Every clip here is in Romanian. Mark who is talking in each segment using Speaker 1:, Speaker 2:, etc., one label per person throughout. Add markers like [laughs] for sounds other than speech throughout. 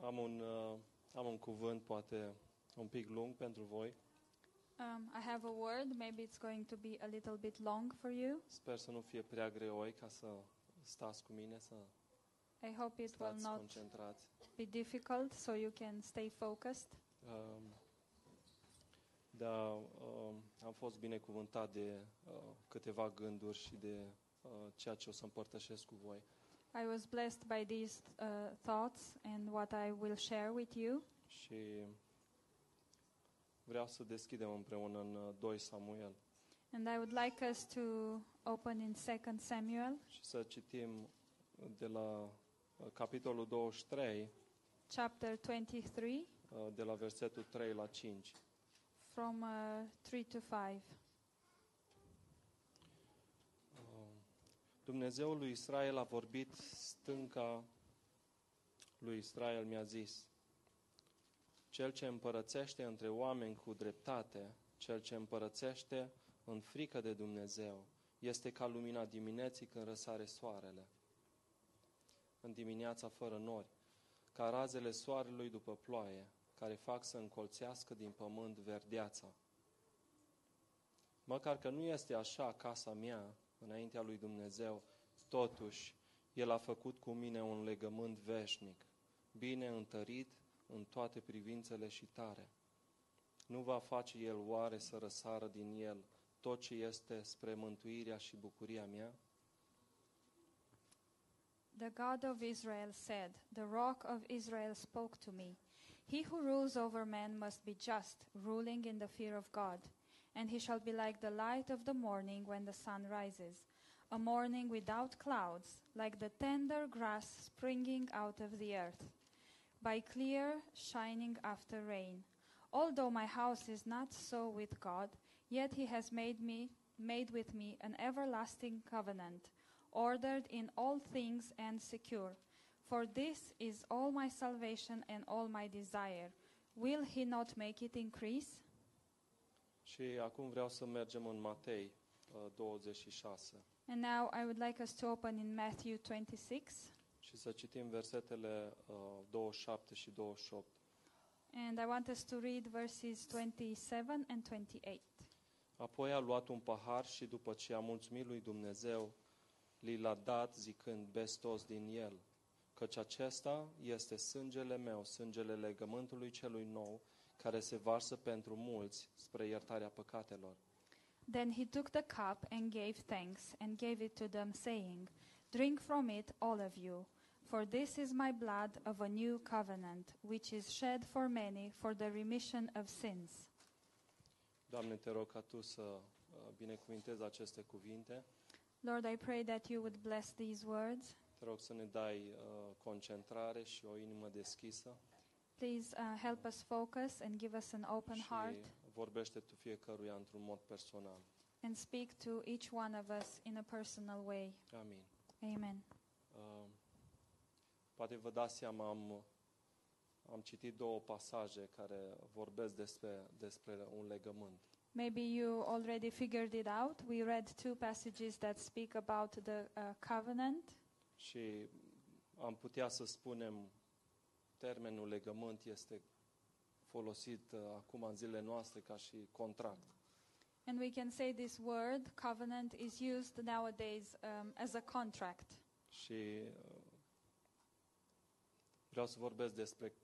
Speaker 1: Am un, uh, am un cuvânt poate un pic lung pentru voi.
Speaker 2: Um, I have a word. Maybe it's going to be a little bit long for you.
Speaker 1: Sper să nu fie prea greoi ca să stați cu mine, să
Speaker 2: I hope it will
Speaker 1: stați
Speaker 2: not
Speaker 1: concentrați.
Speaker 2: be difficult so you can stay focused.
Speaker 1: Um, da, um, am fost binecuvântat de uh, câteva gânduri și de uh, ceea ce o să împărtășesc cu voi.
Speaker 2: I was blessed by these uh, thoughts and what I will share with you.
Speaker 1: Și vreau să deschidem împreună în uh, 2 Samuel
Speaker 2: And I would like us to open in 2 Samuel
Speaker 1: și să citim de la uh, capitolul 23,
Speaker 2: chapter 23
Speaker 1: uh, de la versetul 3 la 5.
Speaker 2: from uh, 3 to 5.
Speaker 1: Uh, Dumnezeul lui Israel a vorbit stânca lui Israel mi-a zis, Cel ce împărățește între oameni cu dreptate, cel ce împărățește în frică de Dumnezeu, este ca lumina dimineții când răsare soarele, în dimineața fără nori, ca razele soarelui după ploaie, care fac să încolțească din pământ verdeața. Măcar că nu este așa casa mea înaintea lui Dumnezeu, totuși El a făcut cu mine un legământ veșnic, bine întărit în toate privințele și tare. Nu va face El oare să răsară din El tot ce este spre mântuirea și bucuria mea?
Speaker 2: The God of Israel said, The rock of Israel spoke to me. He who rules over men must be just, ruling in the fear of God. And he shall be like the light of the morning when the sun rises, a morning without clouds, like the tender grass springing out of the earth, by clear shining after rain. Although my house is not so with God, yet he has made me made with me an everlasting covenant, ordered in all things and secure. For this is all my salvation and all my desire. Will he not make it increase?
Speaker 1: Și acum vreau să mergem în Matei uh, 26
Speaker 2: And now I would like us to open in Matthew 26,
Speaker 1: și să citim versetele uh, 27 și 28.
Speaker 2: and I want us to read verses 27 and 28.
Speaker 1: Apoi a luat un pahar și după ce a mulțumit lui Dumnezeu, li l-a dat zicând bestos din el, căci acesta este sângele meu, sângele legământului celui nou, care se varsă pentru mulți spre iertarea păcatelor.
Speaker 2: Then he took the cup and gave thanks, and gave it to them, saying, Drink from it, all of you, for this is my blood of a new covenant, which is shed for many for the remission of sins.
Speaker 1: Doamne, te rog ca Tu să uh, binecuvintezi aceste cuvinte,
Speaker 2: Lord, I pray that you would bless these words.
Speaker 1: te rog să ne dai uh, concentrare și o inimă deschisă
Speaker 2: Please uh, help us focus and give us an open
Speaker 1: și
Speaker 2: heart
Speaker 1: vorbește Tu fiecăruia într-un mod personal.
Speaker 2: and speak to each one of us in a personal way.
Speaker 1: Amin.
Speaker 2: Amen.
Speaker 1: Uh, Poate vă dați seama, am, am citit două pasaje care vorbesc despre, despre un legământ.
Speaker 2: Maybe you already figured it out. We read two passages that speak about the uh, covenant.
Speaker 1: Și am putea să spunem, termenul legământ este folosit uh, acum în zilele noastre ca și contract.
Speaker 2: And we can say this word, covenant, is used nowadays um, as a contract.
Speaker 1: Și uh, vreau să vorbesc despre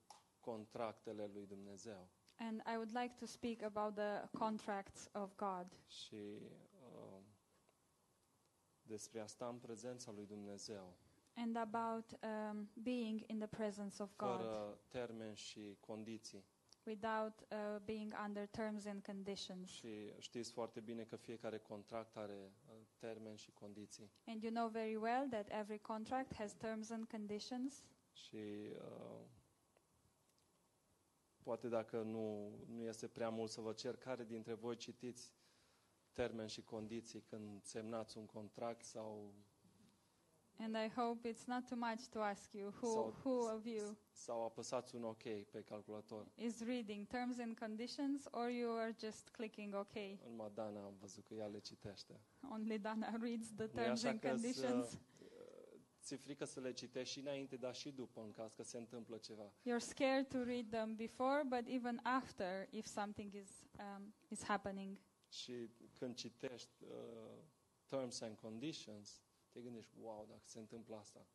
Speaker 1: contractele lui Dumnezeu.
Speaker 2: And I would like to speak about the contracts of God.
Speaker 1: Și uh, despre asta în prezența lui Dumnezeu.
Speaker 2: and about um, being in the presence of God
Speaker 1: fără termeni și condiții.
Speaker 2: without uh, being under terms and conditions.
Speaker 1: Și știți foarte bine că fiecare contract are uh, termeni și condiții.
Speaker 2: And you know very well that every contract has terms and conditions.
Speaker 1: Și uh, poate dacă nu, nu este prea mult să vă cer, care dintre voi citiți termeni și condiții când semnați un contract sau,
Speaker 2: And I hope it's not too much to ask you who,
Speaker 1: So-
Speaker 2: who of you
Speaker 1: sau apăsați un OK pe calculator?
Speaker 2: is reading terms and conditions or you are just clicking OK.
Speaker 1: În Madana am văzut că ea le citește.
Speaker 2: Only Dana [laughs] reads the
Speaker 1: Nu e
Speaker 2: terms
Speaker 1: așa
Speaker 2: and
Speaker 1: că să,
Speaker 2: conditions.
Speaker 1: uh, ți-e frică să le citești și înainte, dar și după, în caz că se întâmplă ceva.
Speaker 2: You're scared to read them before, but even after, if something is, um, is happening.
Speaker 1: Și când citești uh, Terms and Conditions, te gândești, wow, dacă se întâmplă asta.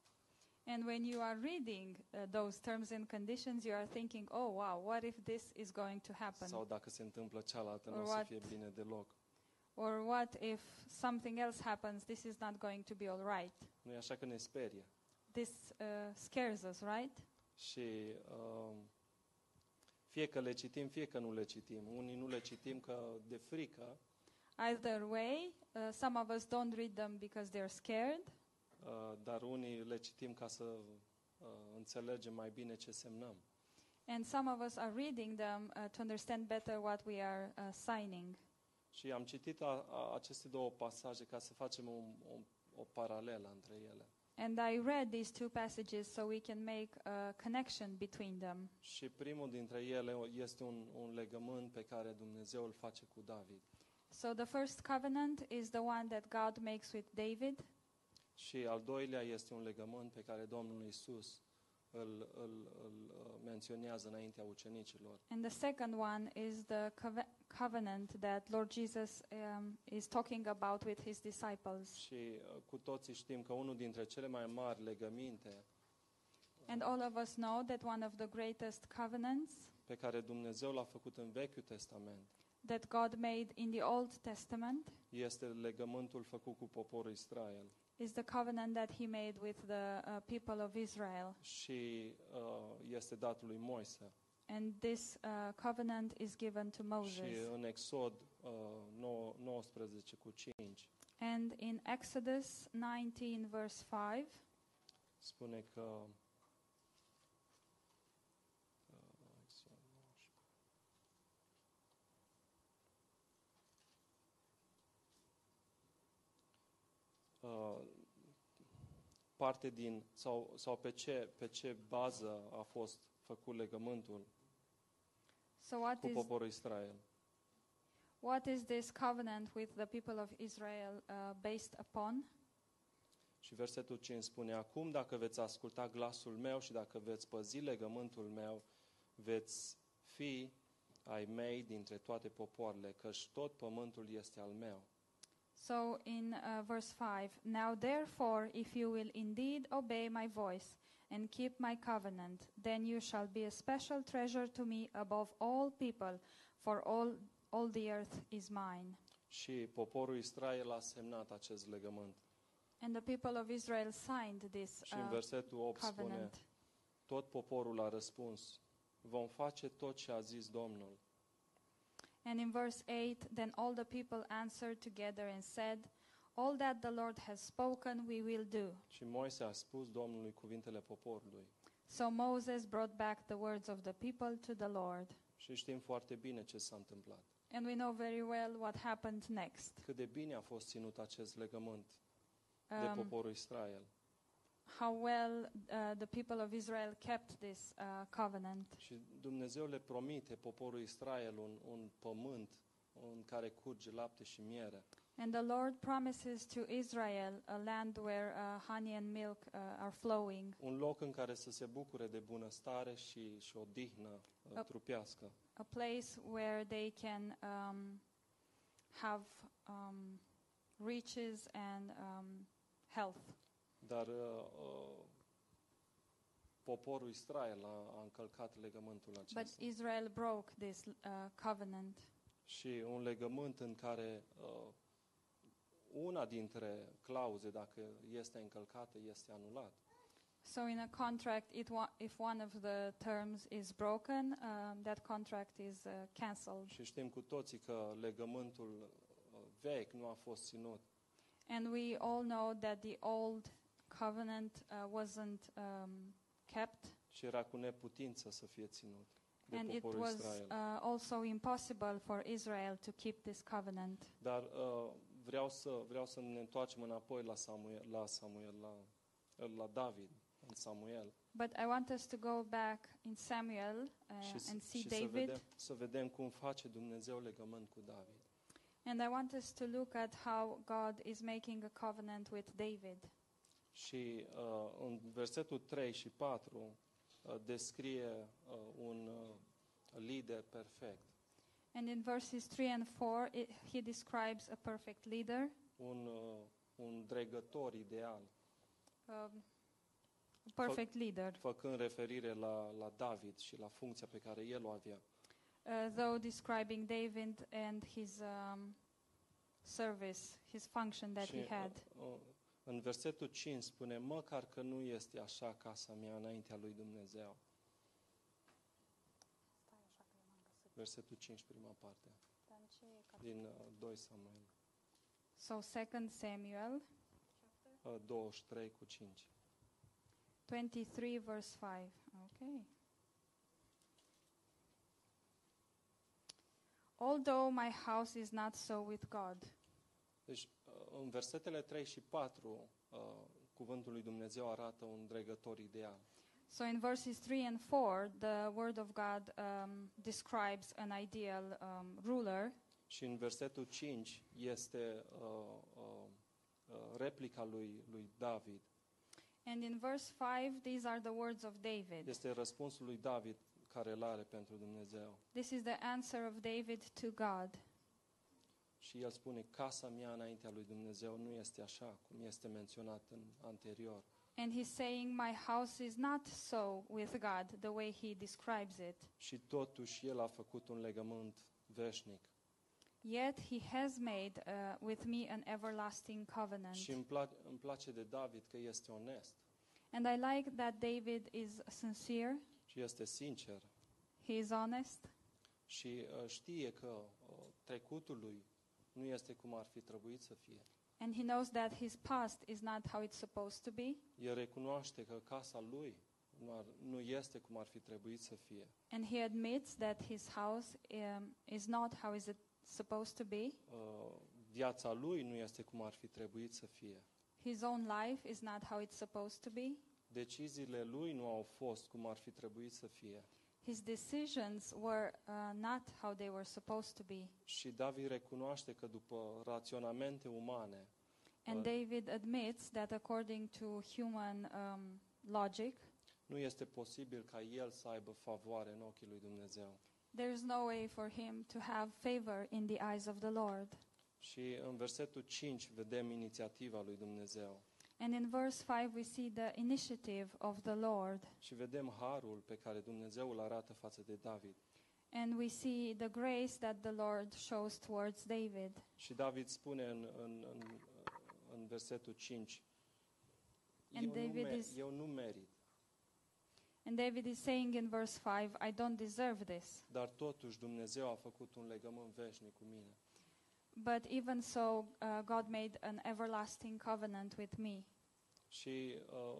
Speaker 2: And when you are reading uh, those terms and conditions, you are thinking, oh wow, what if this is going to happen?
Speaker 1: Sau dacă se întâmplă cealaltă, nu o să
Speaker 2: What?
Speaker 1: fie bine deloc.
Speaker 2: or what if something else happens? This is not going to be all right.
Speaker 1: Nu e așa că ne sperie.
Speaker 2: This uh, scares us, right?
Speaker 1: Și uh, fie că le citim, fie că nu le citim. Unii nu le citim că de frică,
Speaker 2: Either way, uh, some of us don't read them because they're scared,
Speaker 1: uh, dar unii le citim ca să uh, înțelegem mai bine ce semnăm.
Speaker 2: and some of us are reading them uh, to understand better what we are uh, signing.
Speaker 1: Și am citit a, a, aceste două pasaje ca să facem un, un, o paralelă între ele.
Speaker 2: And I read these two passages so we can make a connection between them.
Speaker 1: Și primul dintre ele este un, un legământ pe care Dumnezeu îl face cu David.
Speaker 2: So the first covenant is the one that God makes with David,
Speaker 1: Și al doilea este un legământ pe care Domnul Isus îl, îl, îl uh, menționează înaintea ucenicilor.
Speaker 2: And the second one is the cove- covenant that Lord Jesus um, is talking about with his disciples.
Speaker 1: Și uh, cu toții știm că unul dintre cele mai mari legăminte
Speaker 2: And all of us know that one of the greatest covenants
Speaker 1: pe care Dumnezeu l-a făcut în Vechiul Testament
Speaker 2: that God made in the Old Testament
Speaker 1: este legământul făcut cu poporul Israel.
Speaker 2: is the covenant that he made with the uh, people of Israel.
Speaker 1: Și uh, este dat lui Moise.
Speaker 2: And this uh, covenant is given to
Speaker 1: Și
Speaker 2: Moses.
Speaker 1: în Exod uh, 9, 19 cu 5
Speaker 2: And in Exodus 19, verse 5,
Speaker 1: spune că uh, Exod 19. Uh, parte din sau, sau pe, ce, pe ce bază a fost făcut legământul
Speaker 2: so what
Speaker 1: cu
Speaker 2: is,
Speaker 1: poporul Israel.
Speaker 2: what is this covenant with the people of Israel uh, based upon?
Speaker 1: Și versetul 5 spune, Acum dacă veți asculta glasul meu și dacă veți păzi legământul meu, veți fi ai mei dintre toate popoarele, căci tot pământul este al meu.
Speaker 2: So in uh, verse 5, now therefore, if you will indeed obey my voice and keep my covenant, then you shall be a special treasure to me above all people, for all, all the earth is mine.
Speaker 1: Și poporul Israel a semnat acest legământ.
Speaker 2: And the people of Israel signed this
Speaker 1: Și în
Speaker 2: uh,
Speaker 1: versetul 8 spune,
Speaker 2: covenant.
Speaker 1: tot poporul a răspuns, vom face tot ce a zis Domnul.
Speaker 2: And in verse 8, then all the people answered together and said, All that the Lord has spoken, we will do.
Speaker 1: Și Moise a spus Domnului cuvintele poporului.
Speaker 2: So Moses brought back the words of the people to the Lord.
Speaker 1: Și știm foarte bine ce s-a întâmplat.
Speaker 2: And we know very well what happened next.
Speaker 1: Cât de bine a fost ținut acest legământ de
Speaker 2: Um,
Speaker 1: poporul Israel.
Speaker 2: how well uh, the people of Israel kept this uh, covenant.
Speaker 1: Și Dumnezeu le promite poporul Israel un, un pământ în care curge lapte și miere.
Speaker 2: And the Lord promises to Israel a land where uh, honey and milk uh, are flowing,
Speaker 1: Un loc în care să se bucure de bunăstare și, și o dihnă uh,
Speaker 2: Ap-
Speaker 1: trupească.
Speaker 2: a place where they can um, have um, riches and um, health.
Speaker 1: Dar uh, uh, poporul Israel a, a încălcat legământul
Speaker 2: But
Speaker 1: acesta.
Speaker 2: Israel broke this uh, covenant.
Speaker 1: Și un legământ în care uh, una dintre clauze, dacă este încălcată, este anulat.
Speaker 2: So in a contract, it wa- if one of the terms is broken, um, that contract is uh, cancelled.
Speaker 1: Și știm cu toții că legământul uh, vechi nu a fost ținut.
Speaker 2: And we all know that the old covenant uh, wasn't um, kept,
Speaker 1: și era cu neputință să fie ținut de
Speaker 2: and it
Speaker 1: poporul
Speaker 2: was
Speaker 1: Israel.
Speaker 2: uh, also impossible for Israel to keep this covenant.
Speaker 1: Dar uh, vreau, să, vreau să ne întoarcem înapoi la Samuel, la, Samuel, la, la David, în Samuel,
Speaker 2: But I want us to go back in Samuel uh,
Speaker 1: și, s-
Speaker 2: and see
Speaker 1: și să,
Speaker 2: David,
Speaker 1: vedem, să vedem cum face Dumnezeu legământ cu David.
Speaker 2: and I want us to look at how God is making a covenant with David.
Speaker 1: Și uh, în versetul 3 și 4 uh, descrie uh, un uh, lider perfect,
Speaker 2: And in verses 3 and 4, it, he describes a perfect leader,
Speaker 1: un, uh, un dregător ideal,
Speaker 2: um, a perfect leader,
Speaker 1: făcând referire la, la David și la funcția pe care el o avea.
Speaker 2: uh, though describing David and his um, service, his function that
Speaker 1: și,
Speaker 2: he had.
Speaker 1: uh, uh, În versetul 5 spune, măcar că nu este așa casa mea înaintea lui Dumnezeu. Versetul 5, prima parte, din uh, 2 Samuel,
Speaker 2: So 2 Samuel
Speaker 1: uh, 23 cu 5.
Speaker 2: 23, verse 5. Okay. Although my house is not so with God.
Speaker 1: Deci, uh, în versetele 3 și 4, uh, cuvântul lui Dumnezeu arată un dregător ideal.
Speaker 2: So in verses 3 and 4, the Word of God um, describes an ideal um, ruler,
Speaker 1: Și în versetul 5 este uh, uh, uh, replica lui, lui David.
Speaker 2: and in verse 5, these are the words of David.
Speaker 1: Este răspunsul lui David care îl are pentru Dumnezeu.
Speaker 2: This is the answer of David to God.
Speaker 1: Și el spune, casa mea înaintea lui Dumnezeu nu este așa cum este menționat în anterior.
Speaker 2: And he's saying, My house is not so with God, the way he describes it.
Speaker 1: Și totuși el a făcut un legământ veșnic.
Speaker 2: Yet he has made uh, with me an everlasting covenant.
Speaker 1: Și îmi, pla- îmi place de David că este onest
Speaker 2: And I like that David is sincere,
Speaker 1: și este sincer
Speaker 2: he is honest,
Speaker 1: și uh, știe că uh, trecutul lui nu este cum ar fi trebuit să fie.
Speaker 2: and he knows that his past is not how it's supposed to be,
Speaker 1: El recunoaște că casa lui nu, ar, nu este cum ar fi trebuit să fie.
Speaker 2: and he admits that his house um, is not how is it supposed to be.
Speaker 1: Uh, viața lui nu este cum ar fi trebuit să fie.
Speaker 2: His own life is not how it's supposed to be.
Speaker 1: Deciziile lui nu au fost cum ar fi trebuit să fie.
Speaker 2: His decisions were uh, not how they were supposed to be.
Speaker 1: Și David recunoaște că după raționamente umane,
Speaker 2: And
Speaker 1: Right.
Speaker 2: David admits that according to human um, logic,
Speaker 1: nu este posibil ca el să aibă favoare în ochii lui Dumnezeu.
Speaker 2: There is no way for him to have favor in the eyes of the Lord.
Speaker 1: Și în versetul 5 vedem inițiativa lui Dumnezeu
Speaker 2: And in verse 5, we see the initiative of the Lord.
Speaker 1: și vedem harul pe care Dumnezeu îl arată față de David.
Speaker 2: And we see the grace that the Lord shows towards David.
Speaker 1: Și David spune în, în, în, în versetul 5,
Speaker 2: And
Speaker 1: eu nu,
Speaker 2: David
Speaker 1: mer-
Speaker 2: is-
Speaker 1: eu nu merit,
Speaker 2: And David is saying in verse 5, I don't deserve this.
Speaker 1: dar totuși Dumnezeu a făcut un legământ veșnic cu mine.
Speaker 2: But even so, uh, God made an everlasting covenant with me.
Speaker 1: Și uh,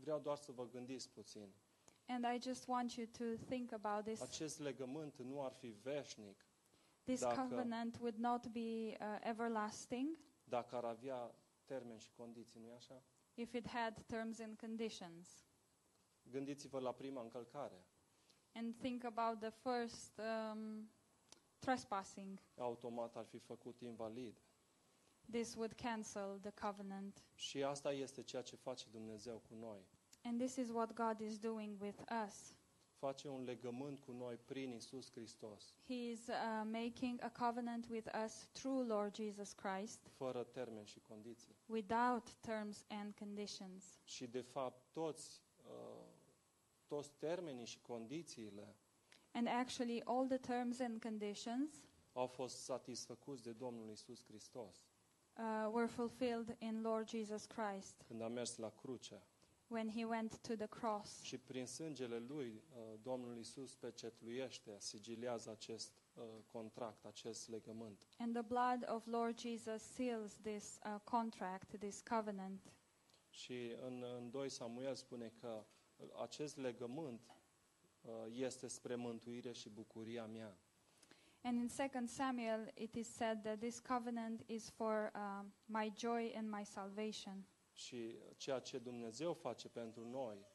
Speaker 1: vreau doar să vă gândiți puțin.
Speaker 2: And I just want you to think about this.
Speaker 1: Acest legământ nu ar fi veșnic
Speaker 2: This
Speaker 1: dacă-
Speaker 2: covenant would not be uh, everlasting
Speaker 1: dacă ar avea termeni și condiții, nu-i așa?
Speaker 2: if it had terms and conditions.
Speaker 1: Gândiți-vă la prima încălcare.
Speaker 2: and think about the first um, trespassing.
Speaker 1: Automat ar fi făcut invalid.
Speaker 2: This would cancel the covenant.
Speaker 1: Și asta este ceea ce face Dumnezeu cu noi.
Speaker 2: And this is what God is doing with us.
Speaker 1: Face un legământ cu noi prin Isus Hristos,
Speaker 2: He is uh, making a covenant with us through Lord Jesus Christ
Speaker 1: fără termeni și condiții.
Speaker 2: without terms and conditions.
Speaker 1: Și, de fapt, toți, uh, toți termenii și condițiile
Speaker 2: And actually, all the terms and conditions
Speaker 1: au fost satisfăcuți de Domnul Isus Hristos
Speaker 2: uh, were fulfilled in Lord Jesus Christ
Speaker 1: când a mers la cruce.
Speaker 2: when he went to the cross.
Speaker 1: Și prin sângele lui, uh, Domnul Isus pecetluiește, sigilează acest uh, contract, acest legământ.
Speaker 2: And the blood of Lord Jesus seals this uh, contract, this covenant.
Speaker 1: Și în, în 2 Samuel spune că uh, acest legământ uh, este spre mântuire și bucuria mea.
Speaker 2: And in 2 Samuel, it is said that this covenant is for um, my joy and my salvation.
Speaker 1: Și ceea ce Dumnezeu face pentru noi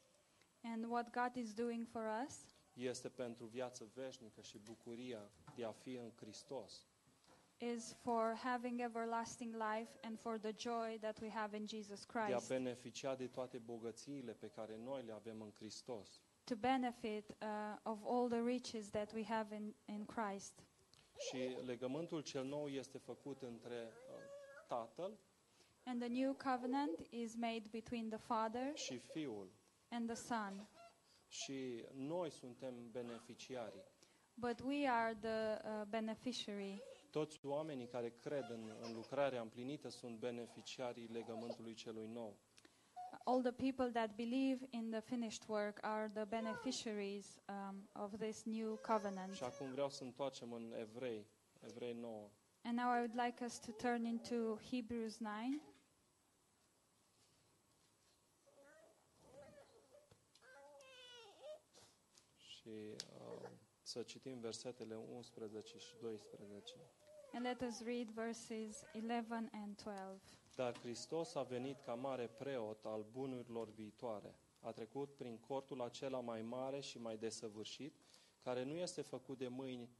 Speaker 2: And what God is doing for us
Speaker 1: este pentru viață veșnică și bucuria de a fi în Hristos.
Speaker 2: is for having everlasting life and for the joy that we have in Jesus
Speaker 1: de a
Speaker 2: Christ,
Speaker 1: beneficia de toate bogățiile pe care noi le avem în Hristos.
Speaker 2: to benefit uh, of all the riches that we have in, in Christ.
Speaker 1: Și legământul cel nou este făcut între uh, Tatăl
Speaker 2: And the new covenant is made between the Father
Speaker 1: și Fiul.
Speaker 2: and the Son.
Speaker 1: Și noi suntem beneficiarii.
Speaker 2: But we are the uh, beneficiary.
Speaker 1: Toți oamenii care cred în, în lucrarea împlinită sunt beneficiarii legământului celui nou.
Speaker 2: All the people that believe in the finished work are the beneficiaries um, of this new covenant.
Speaker 1: Și acum vreau să întoarcem în Evrei, Evrei 9.
Speaker 2: And now I would like us to turn into Hebrews 9.
Speaker 1: Și uh, să citim versetele 11 și 12.
Speaker 2: And let us read verses 11 and 12.
Speaker 1: Dar Hristos a venit ca mare preot al bunurilor viitoare. A trecut prin cortul acela mai mare și mai desăvârșit, care nu este făcut de mâini,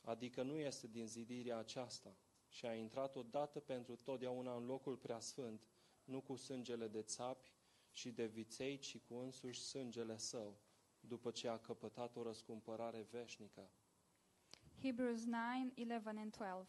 Speaker 1: adică nu este din zidirea aceasta. Și a intrat odată pentru totdeauna în locul preasfânt, nu cu sângele de țapi și de viței, ci cu însuși sângele său, după ce a căpătat o răscumpărare veșnică.
Speaker 2: Hebrews 9, 11 and 12.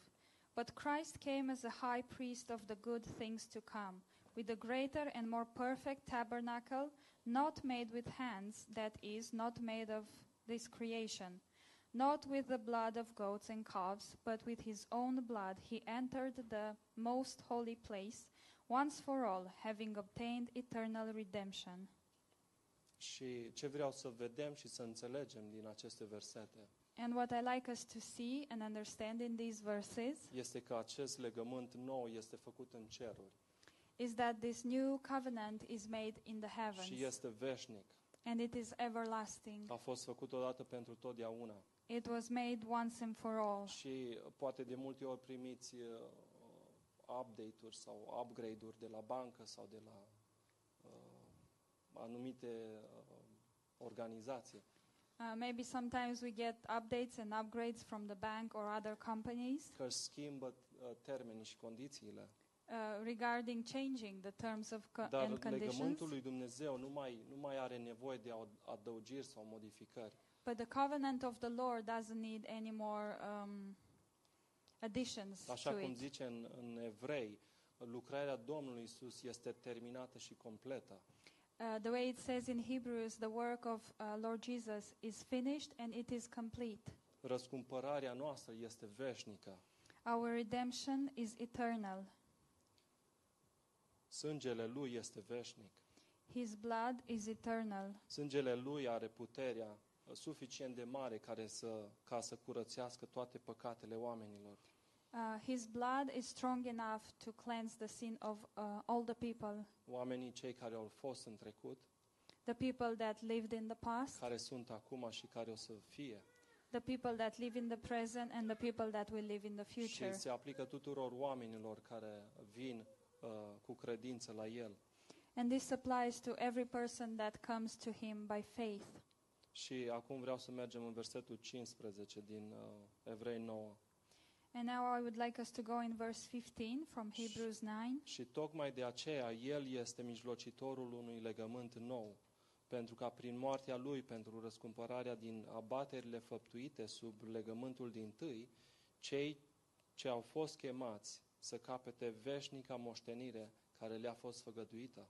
Speaker 2: But Christ came as a high priest of the good things to come, with a greater and more perfect tabernacle, not made with hands, that is, not made of this creation. Not with the blood of goats and calves, but with his own blood he entered the most holy place, once for all, having obtained eternal redemption.
Speaker 1: Și ce vreau să vedem și să înțelegem din aceste versete
Speaker 2: And what I like us to see and understand in these verses
Speaker 1: este că acest legământ nou este făcut în ceruri.
Speaker 2: is that this new covenant is made in the
Speaker 1: și
Speaker 2: heavens
Speaker 1: este veșnic.
Speaker 2: and it is everlasting.
Speaker 1: A fost făcut odată pentru totdeauna.
Speaker 2: It was made once and for all.
Speaker 1: Și uh, poate de multe ori primiți uh, update-uri sau upgrade-uri de la bancă sau de la uh, anumite uh, organizații.
Speaker 2: Uh, maybe sometimes we get updates and upgrades from the bank or other companies
Speaker 1: Că își schimbă uh, termenii și condițiile.
Speaker 2: uh, regarding changing the terms of co- and
Speaker 1: Dar
Speaker 2: conditions.
Speaker 1: legământul lui Dumnezeu nu mai, nu mai are nevoie de ad- adăugiri sau modificări.
Speaker 2: But the covenant of the Lord doesn't need any more um, additions
Speaker 1: Așa
Speaker 2: to
Speaker 1: cum
Speaker 2: it.
Speaker 1: zice în, în evrei, lucrarea Domnului Isus este terminată și completă.
Speaker 2: Uh, the way it says in Hebrews, the work of uh, Lord Jesus is finished and it is complete.
Speaker 1: Răscumpărarea noastră este veșnică.
Speaker 2: Our redemption is eternal.
Speaker 1: Sângele lui este veșnic.
Speaker 2: His blood is eternal.
Speaker 1: Sângele lui are puterea uh, suficient de mare care să, ca să curățească toate păcatele oamenilor.
Speaker 2: Uh, his blood is strong enough to cleanse the sin of uh, all the people,
Speaker 1: Oamenii cei care au fost în trecut,
Speaker 2: the people that lived in the past,
Speaker 1: care sunt acum și care o să fie.
Speaker 2: the people that live in the present, and the people that will live in the
Speaker 1: Și
Speaker 2: future.
Speaker 1: se aplică tuturor oamenilor care vin uh, cu credință la el.
Speaker 2: And this applies to every person that comes to him by faith.
Speaker 1: Și acum vreau să mergem în versetul 15 din uh, Evrei 9.
Speaker 2: And now I would like us to go in verse 15 from Hebrews 9.
Speaker 1: Și tocmai de aceea El este mijlocitorul unui legământ nou, pentru ca prin moartea Lui pentru răscumpărarea din abaterile făptuite sub legământul din tâi, cei ce au fost chemați să capete veșnica moștenire care le-a fost făgăduită.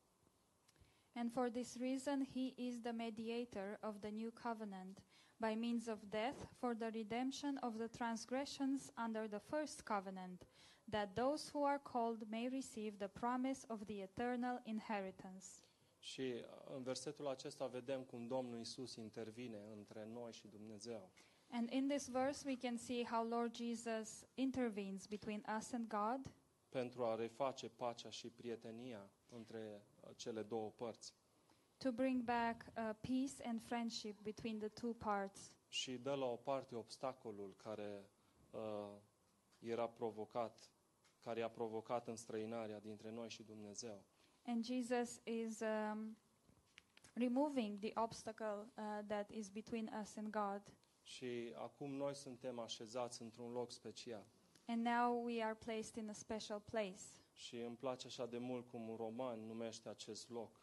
Speaker 2: And for this reason, he is the mediator of the new covenant, by means of death, for the redemption of the transgressions under the first covenant, that those who are called may receive the promise of the eternal inheritance.
Speaker 1: Și uh, în versetul acesta vedem cum Domnul Isus intervine între noi și Dumnezeu.
Speaker 2: And in this verse, we can see how Lord Jesus intervenes between us and God
Speaker 1: pentru a reface pacea și prietenia între uh, cele două părți.
Speaker 2: to bring back uh, peace and friendship between the two parts.
Speaker 1: și dă la o parte obstacolul care uh, era provocat, care a provocat înstrăinarea dintre noi și Dumnezeu.
Speaker 2: And Jesus is um, removing the obstacle uh, that is between us and God.
Speaker 1: Și acum noi suntem așezați într-un loc special.
Speaker 2: And now we are placed in a special place.
Speaker 1: Și îmi place așa de mult cum un roman numește acest loc.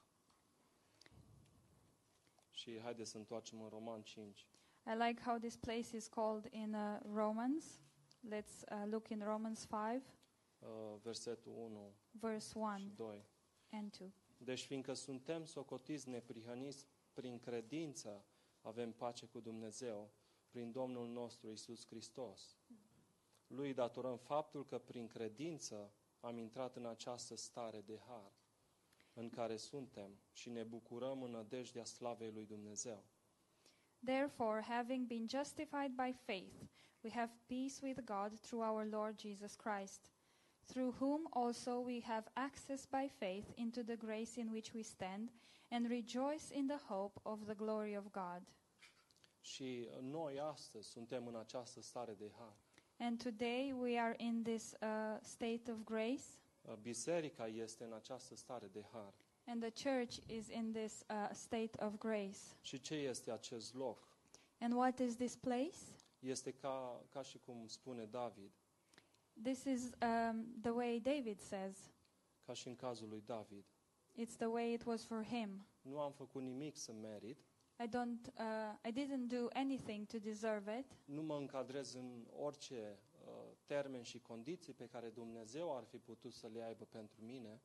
Speaker 1: Și haideți să întoarcem în Roman 5.
Speaker 2: I like how this place is called in uh, Romans. Let's uh, look in Romans 5,
Speaker 1: Uh, versetul 1
Speaker 2: verse
Speaker 1: și
Speaker 2: 1
Speaker 1: 2.
Speaker 2: and 2.
Speaker 1: Deci fiindcă suntem socotiți neprihăniți prin credință, avem pace cu Dumnezeu, prin Domnul nostru Isus Hristos. Lui datorăm faptul că prin credință am intrat în această stare de har în care suntem și ne bucurăm în nădejdea slavei lui Dumnezeu.
Speaker 2: Therefore, having been justified by faith, we have peace with God through our Lord Jesus Christ, through whom also we have access by faith into the grace in which we stand and rejoice in the hope of the glory of God.
Speaker 1: Și noi astăzi suntem în această stare de har.
Speaker 2: And today we are in this uh, state of grace,
Speaker 1: Biserica este în această stare de har.
Speaker 2: and the church is in this uh, state of grace.
Speaker 1: Și ce este acest loc?
Speaker 2: And what is this place?
Speaker 1: Este ca, ca și cum spune David,
Speaker 2: This is um, the way David says.
Speaker 1: ca și în cazul lui David.
Speaker 2: It's the way it was for him.
Speaker 1: Nu am făcut nimic să merit,
Speaker 2: I don't. Uh, I didn't do anything to deserve it.
Speaker 1: nu mă încadrez în orice uh, termen și condiții pe care Dumnezeu ar fi putut să le aibă pentru mine,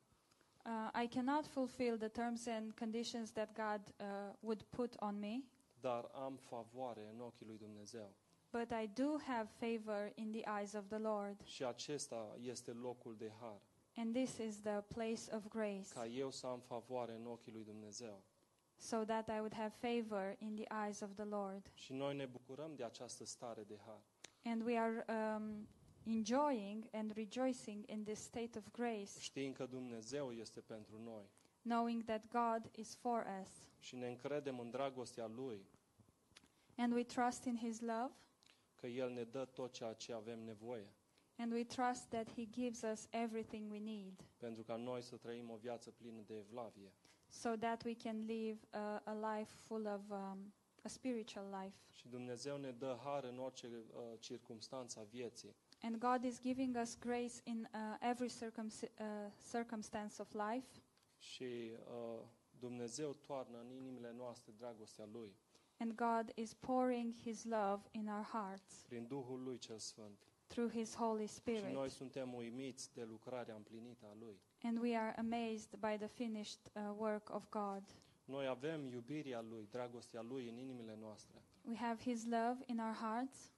Speaker 2: Uh, I cannot fulfill the terms and conditions that God uh, would put on me.
Speaker 1: dar am favoare în ochii lui Dumnezeu.
Speaker 2: But I do have favor in the eyes of the Lord,
Speaker 1: Și acesta este locul de har,
Speaker 2: and this is the place of grace,
Speaker 1: ca eu să am favoare în ochii lui Dumnezeu.
Speaker 2: so that I would have favor in the eyes of the Lord.
Speaker 1: Și noi ne bucurăm de această stare de har.
Speaker 2: And we are um, enjoying and rejoicing in this state of grace,
Speaker 1: Știind că Dumnezeu este pentru noi
Speaker 2: knowing that God is for us,
Speaker 1: și ne încredem în dragostea Lui,
Speaker 2: and we trust in His love,
Speaker 1: că El ne dă tot ceea ce avem nevoie,
Speaker 2: and we trust that He gives us everything we need.
Speaker 1: pentru ca noi să trăim o viață plină de evlavie
Speaker 2: so that we can live uh, a life full of um, a spiritual life.
Speaker 1: Și Dumnezeu ne dă har în orice uh, circunstanță a vieții.
Speaker 2: And God is giving us grace in uh, every circumci- uh, circumstance of life.
Speaker 1: Și uh, Dumnezeu toarnă în inimile noastre dragostea Lui,
Speaker 2: And God is pouring His love in our hearts
Speaker 1: prin Duhul Lui cel Sfânt.
Speaker 2: through His Holy
Speaker 1: Și noi
Speaker 2: Spirit.
Speaker 1: suntem uimiți de lucrarea împlinită a Lui.
Speaker 2: And we are amazed by the finished uh, work of God.
Speaker 1: Noi avem iubirea Lui, dragostea Lui în inimile noastre
Speaker 2: We have His love in our hearts,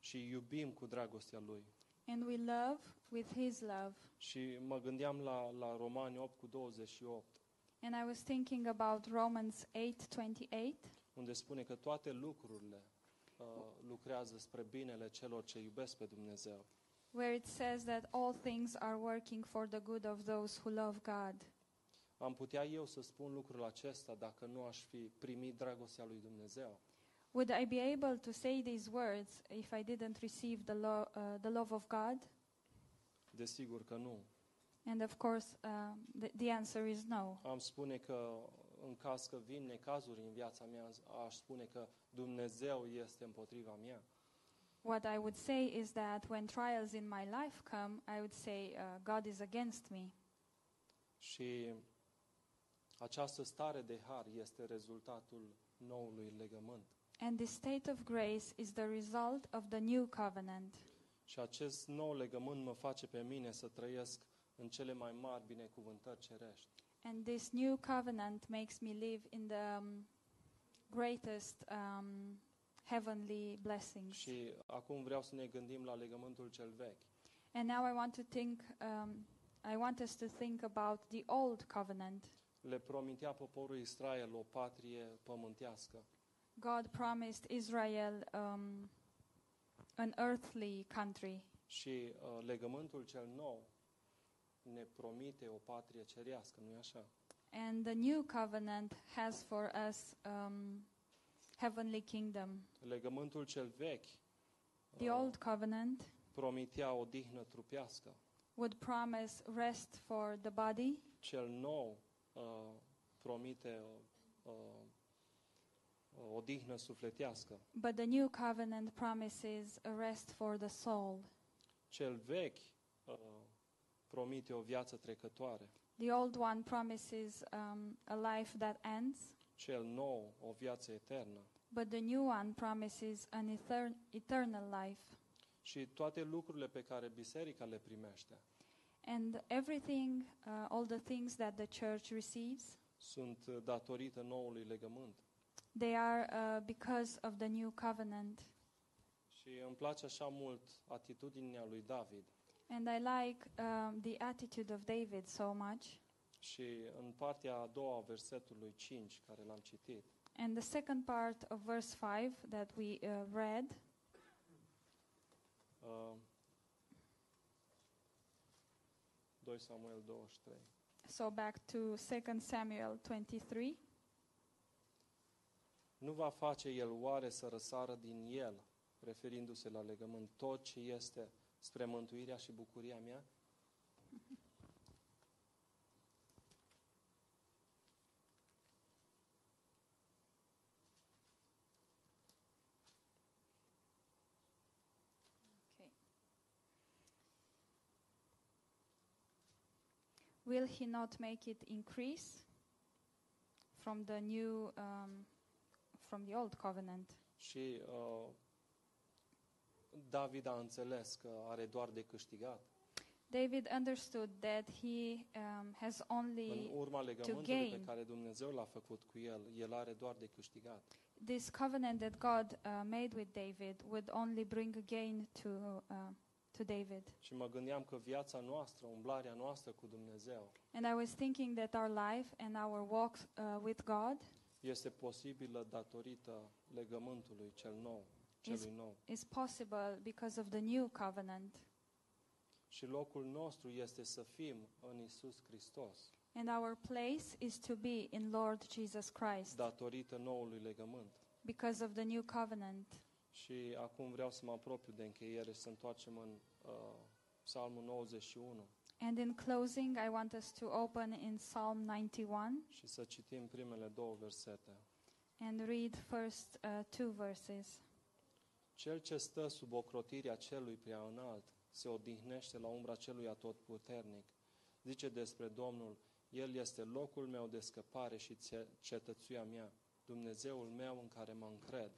Speaker 1: și iubim cu dragostea Lui.
Speaker 2: and we love with His love.
Speaker 1: Și mă gândeam la, la Romani 8 cu 28,
Speaker 2: And I was thinking about Romans 8:28,
Speaker 1: unde spune că toate lucrurile uh, lucrează spre binele celor ce iubesc pe Dumnezeu.
Speaker 2: where it says that all things are working for the good of those who love God.
Speaker 1: Am putea eu să spun lucrul acesta dacă nu aș fi primit dragostea lui Dumnezeu.
Speaker 2: Would I be able to say these words if I didn't receive the, lo- uh, the love of God?
Speaker 1: Desigur că nu.
Speaker 2: And of course, um, the, the answer is no.
Speaker 1: Am spune că în caz că vin necazuri în viața mea, aș spune că Dumnezeu este împotriva mea.
Speaker 2: What I would say is that when trials in my life come, I would say, uh, God is against me.
Speaker 1: Și această stare de har este rezultatul noului legământ.
Speaker 2: And this state of grace is the result of the new covenant.
Speaker 1: Și acest nou legământ mă face pe mine să trăiesc în cele mai mari binecuvântări cerești.
Speaker 2: And this new covenant makes me live in the um, greatest um, heavenly blessings.
Speaker 1: Și acum vreau să ne gândim la legământul cel vechi.
Speaker 2: And now I want to think, um, I want us to think about the old covenant.
Speaker 1: le promitea poporul Israel o patrie pământească.
Speaker 2: God promised Israel um, an earthly country,
Speaker 1: Și uh, legământul cel nou ne promite o patrie cerească, nu-i așa?
Speaker 2: and the new covenant has for us um, heavenly kingdom.
Speaker 1: Legământul cel vechi uh,
Speaker 2: The
Speaker 1: Oh.
Speaker 2: old covenant
Speaker 1: promitea o dihnă trupească.
Speaker 2: would promise rest for the body,
Speaker 1: Cel nou uh, promite uh, uh, o dihnă sufletească.
Speaker 2: but the new covenant promises a rest for the soul.
Speaker 1: Cel vechi uh, promite o viață trecătoare,
Speaker 2: The old one promises um, a life that ends,
Speaker 1: cel nou o viață eternă.
Speaker 2: but the new one promises an ether- eternal life.
Speaker 1: Și toate lucrurile pe care biserica le primește
Speaker 2: And everything, uh, all the things that the church receives,
Speaker 1: sunt uh, datorită noului legământ.
Speaker 2: they are uh, because of the new covenant.
Speaker 1: Și îmi place așa mult atitudinea lui David.
Speaker 2: And I like um, the attitude of David so much.
Speaker 1: Și în partea a doua a versetului 5, care l-am citit,
Speaker 2: And the second part of verse 5 that we uh, read,
Speaker 1: uh, 2 Samuel 23.
Speaker 2: so back to 2 Samuel 23.
Speaker 1: Nu va face el oare să răsară din el, referindu-se la legământ, tot ce este spre mântuirea și bucuria mea?
Speaker 2: Okay. Will he not make it increase from the new, um, from the old covenant?
Speaker 1: Și uh, David a înțeles că are doar de câștigat.
Speaker 2: David understood that he um, has
Speaker 1: În
Speaker 2: only
Speaker 1: urma legământului pe
Speaker 2: gain.
Speaker 1: care Dumnezeu l-a făcut cu el, el are doar de câștigat.
Speaker 2: this covenant that God uh, made with David would only bring gain to uh, to David.
Speaker 1: Și mă gândeam că viața noastră, umblarea noastră cu Dumnezeu,
Speaker 2: And I was thinking that our life and our walk uh, with God
Speaker 1: este posibilă datorită legământului cel nou, celui nou.
Speaker 2: is possible because of the new covenant.
Speaker 1: Și locul nostru este să fim în Isus Hristos,
Speaker 2: And our place is to be in Lord Jesus Christ
Speaker 1: datorită noului legământ.
Speaker 2: because of the new covenant.
Speaker 1: Și acum vreau să mă apropiu de încheiere și să întoarcem în uh, Psalmul 91
Speaker 2: And in closing, I want us to open in Psalm 91
Speaker 1: și să citim primele două versete.
Speaker 2: and read first uh, two verses.
Speaker 1: Cel ce stă sub ocrotirea celui prea înalt se odihnește la umbra celui atotputernic. Zice despre Domnul, El este locul meu de scăpare și ce- cetățuia mea, Dumnezeul meu în care mă încred.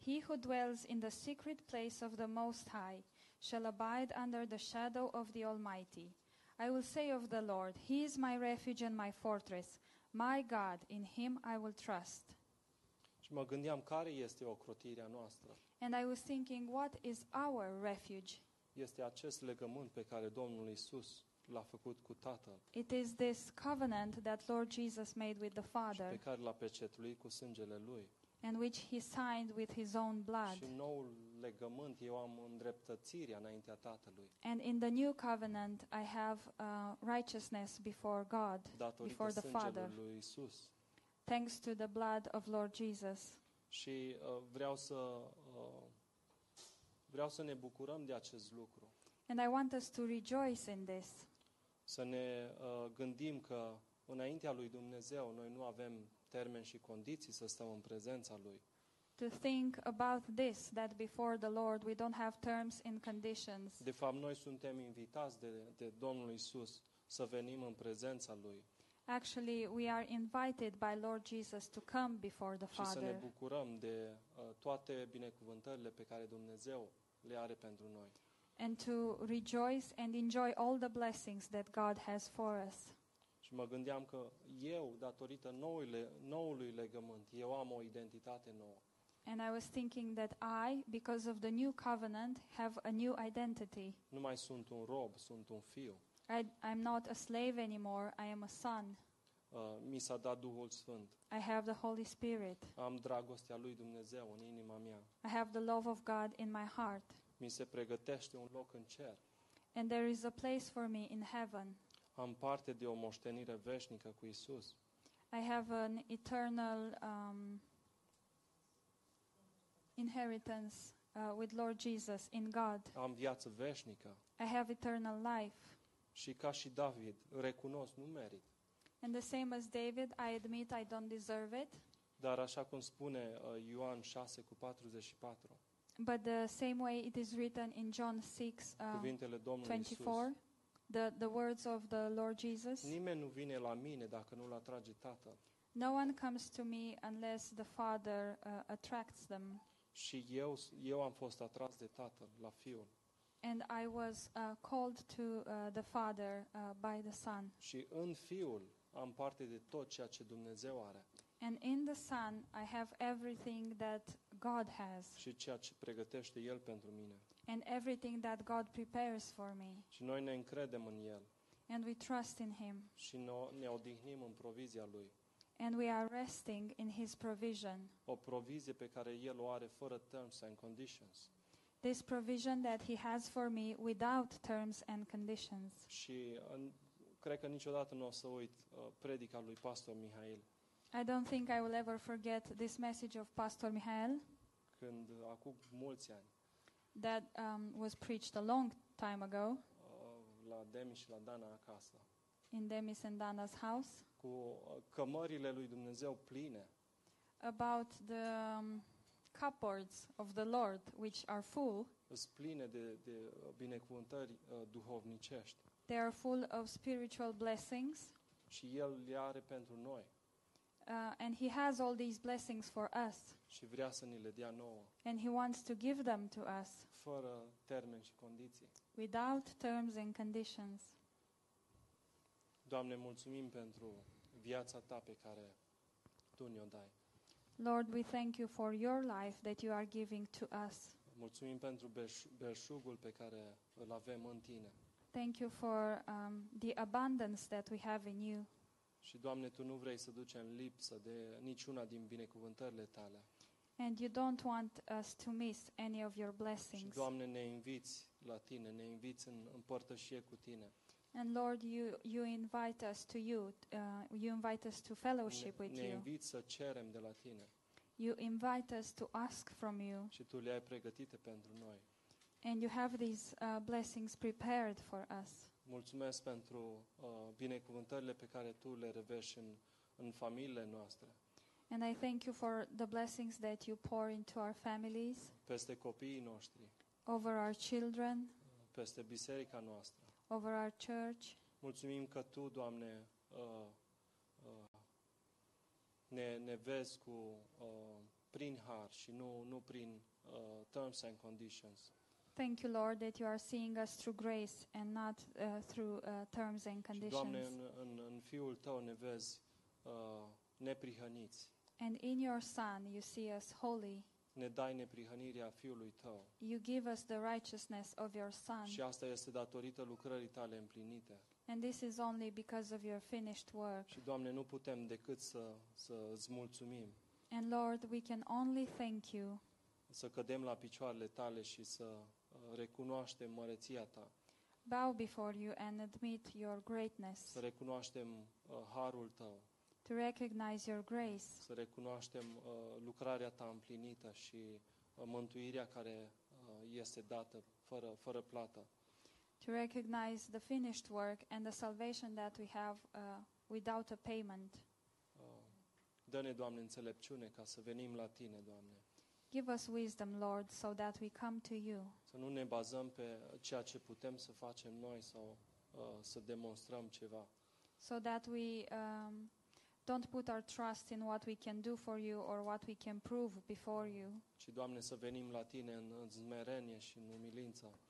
Speaker 2: He who dwells in the secret place of the Most High shall abide under the shadow of the Almighty. I will say of the Lord, He is my refuge and my fortress, my God, in Him I will trust.
Speaker 1: Și mă gândeam care este ocrotirea noastră.
Speaker 2: And I was thinking, what is our refuge?
Speaker 1: Este acest legământ pe care Domnul Isus l-a făcut cu Tatăl
Speaker 2: It is this covenant that Lord Jesus made with the
Speaker 1: și
Speaker 2: Father
Speaker 1: pe care l-a pecetuit cu sângele Lui.
Speaker 2: and which he signed with his own blood.
Speaker 1: Și în noul legământ eu am îndreptățirea înaintea Tatălui,
Speaker 2: And in the new covenant, I have uh, righteousness before God,
Speaker 1: datorită
Speaker 2: Before the Father.
Speaker 1: sângelui lui Isus.
Speaker 2: thanks to the blood of Lord Jesus.
Speaker 1: Și uh, vreau să uh, vreau să ne bucurăm de acest lucru,
Speaker 2: And I want us to rejoice in this,
Speaker 1: să ne uh, gândim că înaintea lui Dumnezeu noi nu avem termeni și condiții să stăm în prezența lui,
Speaker 2: to think about this that before the Lord we don't have terms and conditions.
Speaker 1: De fapt, noi suntem invitați de, de Domnul Isus să venim în prezența Lui
Speaker 2: Actually, we are invited by Lord Jesus to come before the
Speaker 1: și să ne
Speaker 2: Father
Speaker 1: bucurăm de uh, toate binecuvântările pe care Dumnezeu le are pentru noi.
Speaker 2: and to rejoice and enjoy all the blessings that God has for us.
Speaker 1: Și mă gândeam că eu, datorită noului, noului legământ, eu am o identitate nouă.
Speaker 2: And I was thinking that I, because of the new covenant, have a new identity.
Speaker 1: Nu mai sunt un rob, sunt un fiu.
Speaker 2: I, I'm not a slave anymore, I am a son.
Speaker 1: Uh, mi s-a dat Duhul Sfânt.
Speaker 2: I have the Holy Spirit.
Speaker 1: Am dragostea lui Dumnezeu în inima mea.
Speaker 2: I have the love of God in my heart.
Speaker 1: Mi se pregătește un loc în cer.
Speaker 2: And there is a place for me in heaven.
Speaker 1: Am parte de o moștenire veșnică cu Isus.
Speaker 2: I have an eternal um, inheritance uh, with Lord Jesus in God.
Speaker 1: Am viață veșnică.
Speaker 2: I have eternal life.
Speaker 1: Și ca și David, recunosc, nu merit.
Speaker 2: And the same as David, I admit I don't deserve it.
Speaker 1: Dar așa cum spune uh, Ioan 6 cu 44,
Speaker 2: But the same way it is written in John 6 uh,
Speaker 1: cuvintele Domnului Iisus,
Speaker 2: 24, the, the words of the Lord Jesus
Speaker 1: nimeni nu vine la mine dacă nu-l atrage Tatăl.
Speaker 2: No one comes to me unless the Father uh, attracts them.
Speaker 1: Și eu, eu am fost atras de Tatăl, la Fiul.
Speaker 2: And I was uh, called to uh, the Father uh, by the Son.
Speaker 1: Și în Fiul am parte de tot ceea ce Dumnezeu are
Speaker 2: And in the Son, I have everything that God has
Speaker 1: și ceea ce pregătește El pentru mine.
Speaker 2: and everything that God prepares for me.
Speaker 1: Și noi ne încredem în El
Speaker 2: And we trust in Him
Speaker 1: și no- ne odihnim în provizia Lui.
Speaker 2: and we are resting in His provision.
Speaker 1: O provizie pe care El o are fără terms and conditions.
Speaker 2: This provision that He has for me without terms and conditions.
Speaker 1: Și în, cred că niciodată nu o să uit uh, predica lui pastor Mihail,
Speaker 2: I don't think I will ever forget this message of Pastor Mihail
Speaker 1: când uh, acum mulți ani,
Speaker 2: that um, was preached a long time ago.
Speaker 1: uh, la Demi și la Dana acasă,
Speaker 2: in Demis and Dana's house
Speaker 1: cu uh, cămările lui Dumnezeu pline,
Speaker 2: about the um, cupboards of the Lord, which are full.
Speaker 1: îs pline de, de uh, binecuvântări uh, duhovnicești.
Speaker 2: They are full of spiritual blessings,
Speaker 1: Și El le are pentru noi
Speaker 2: uh, and He has all these blessings for us,
Speaker 1: și vrea să ni le dea nouă,
Speaker 2: and He wants to give them to us
Speaker 1: fără termeni și condiții.
Speaker 2: without terms and conditions.
Speaker 1: Doamne, mulțumim pentru viața Ta pe care Tu ne-o dai.
Speaker 2: Lord, we thank you for your life that you are giving to us.
Speaker 1: Mulțumim pentru beș- belșugul pe care îl avem în Tine.
Speaker 2: Thank you for um, the abundance that we have in you.
Speaker 1: Și, Doamne, Tu nu vrei să ducem lipsă de niciuna din binecuvântările Tale.
Speaker 2: And you don't want us to miss any of your
Speaker 1: Și,
Speaker 2: blessings.
Speaker 1: Doamne, ne inviți la Tine, ne inviți în împărtășie cu Tine.
Speaker 2: And Lord, you, you invite us to you. Uh, you invite us to
Speaker 1: Ne,
Speaker 2: fellowship with
Speaker 1: ne
Speaker 2: you.
Speaker 1: inviți să cerem de la Tine
Speaker 2: You invite us to ask from you.
Speaker 1: și Tu le-ai pregătite pentru noi.
Speaker 2: And you have these uh, blessings prepared for us.
Speaker 1: Mulțumesc pentru uh, binecuvântările pe care Tu le revești în, în familiile noastre,
Speaker 2: And I thank you for the blessings that you pour into our families,
Speaker 1: peste copiii noștri,
Speaker 2: over our children,
Speaker 1: peste biserica noastră.
Speaker 2: over our church.
Speaker 1: Mulțumim că Tu, Doamne, uh, uh, ne, ne vezi cu, uh, prin har și nu, nu prin uh, terms and conditions.
Speaker 2: Thank you, Lord, that you are seeing us through grace and not uh, through uh, terms and
Speaker 1: Și, Doamne,
Speaker 2: conditions.
Speaker 1: în, în, în Fiul Tău ne vezi uh, neprihăniți.
Speaker 2: And in your Son, you see us holy.
Speaker 1: Ne dai neprihănirea Fiului Tău.
Speaker 2: You give us the righteousness of your Son.
Speaker 1: Și asta este datorită lucrării Tale împlinite.
Speaker 2: And this is only because of your finished work.
Speaker 1: Și, Doamne, nu putem decât să, să îți mulțumim,
Speaker 2: And Lord, we can only thank you
Speaker 1: să cădem la picioarele tale și să uh, recunoaștem măreția ta,
Speaker 2: bow before you and admit your greatness,
Speaker 1: să recunoaștem uh, harul tău,
Speaker 2: to recognize your grace,
Speaker 1: să recunoaștem uh, lucrarea ta împlinită și uh, mântuirea care uh, este dată fără, fără plată.
Speaker 2: to recognize the finished work and the salvation that we have uh, without a payment.
Speaker 1: Uh, Dă-ne, Doamne, înțelepciune ca să venim la Tine, Doamne.
Speaker 2: Give us wisdom, Lord, so that we come to you,
Speaker 1: Să nu ne bazăm pe ceea ce putem să facem noi sau uh, să demonstrăm ceva,
Speaker 2: so that we um, don't put our trust in what we can do for you or what we can prove before you.
Speaker 1: ci, Doamne, să venim la Tine în, în smerenie și în umilință.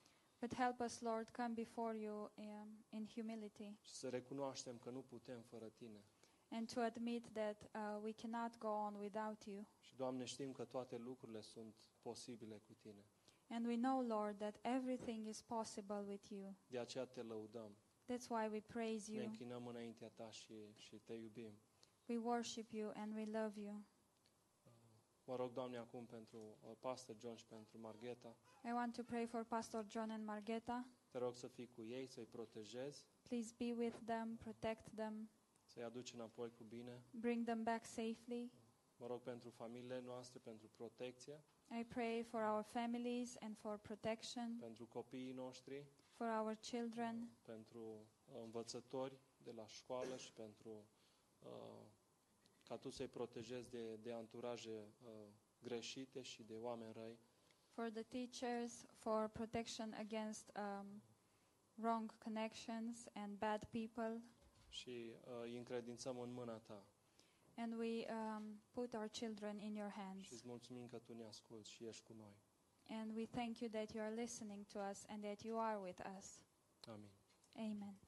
Speaker 2: But help us, Lord, come before you um, in humility.
Speaker 1: și să recunoaștem că nu putem fără Tine.
Speaker 2: and to admit that uh, we cannot go on without you.
Speaker 1: Și, Doamne, știm că toate lucrurile sunt posibile cu Tine.
Speaker 2: And we know, Lord, that everything is possible with you.
Speaker 1: De aceea Te lăudăm,
Speaker 2: That's why we praise
Speaker 1: ne
Speaker 2: you,
Speaker 1: închinăm înaintea Ta și, și Te iubim.
Speaker 2: we worship you, and we love you.
Speaker 1: Mă rog, Doamne, acum pentru uh, Pastor John și pentru Margheta,
Speaker 2: I want to pray for Pastor John and Margeta.
Speaker 1: Te rog să fii cu ei, să-i protejezi,
Speaker 2: Please be with them, protect them,
Speaker 1: să-i aduci înapoi cu bine.
Speaker 2: bring them back safely.
Speaker 1: Mă rog pentru familiile noastre, pentru protecție,
Speaker 2: I pray for our families and for protection,
Speaker 1: pentru copiii noștri,
Speaker 2: for our children,
Speaker 1: uh, pentru învățători de la școală și pentru uh, ca tu să-i protejezi de, de anturaje uh, greșite și de oameni răi.
Speaker 2: for the teachers, for protection against um, wrong connections and bad people.
Speaker 1: și uh, îi încredințăm în mâna ta
Speaker 2: And we um, put our children in your
Speaker 1: și
Speaker 2: hands.
Speaker 1: îți mulțumim că tu ne asculți și ești cu noi.
Speaker 2: And we thank you that you are listening to us and that you are with us.
Speaker 1: Amin.
Speaker 2: Amen.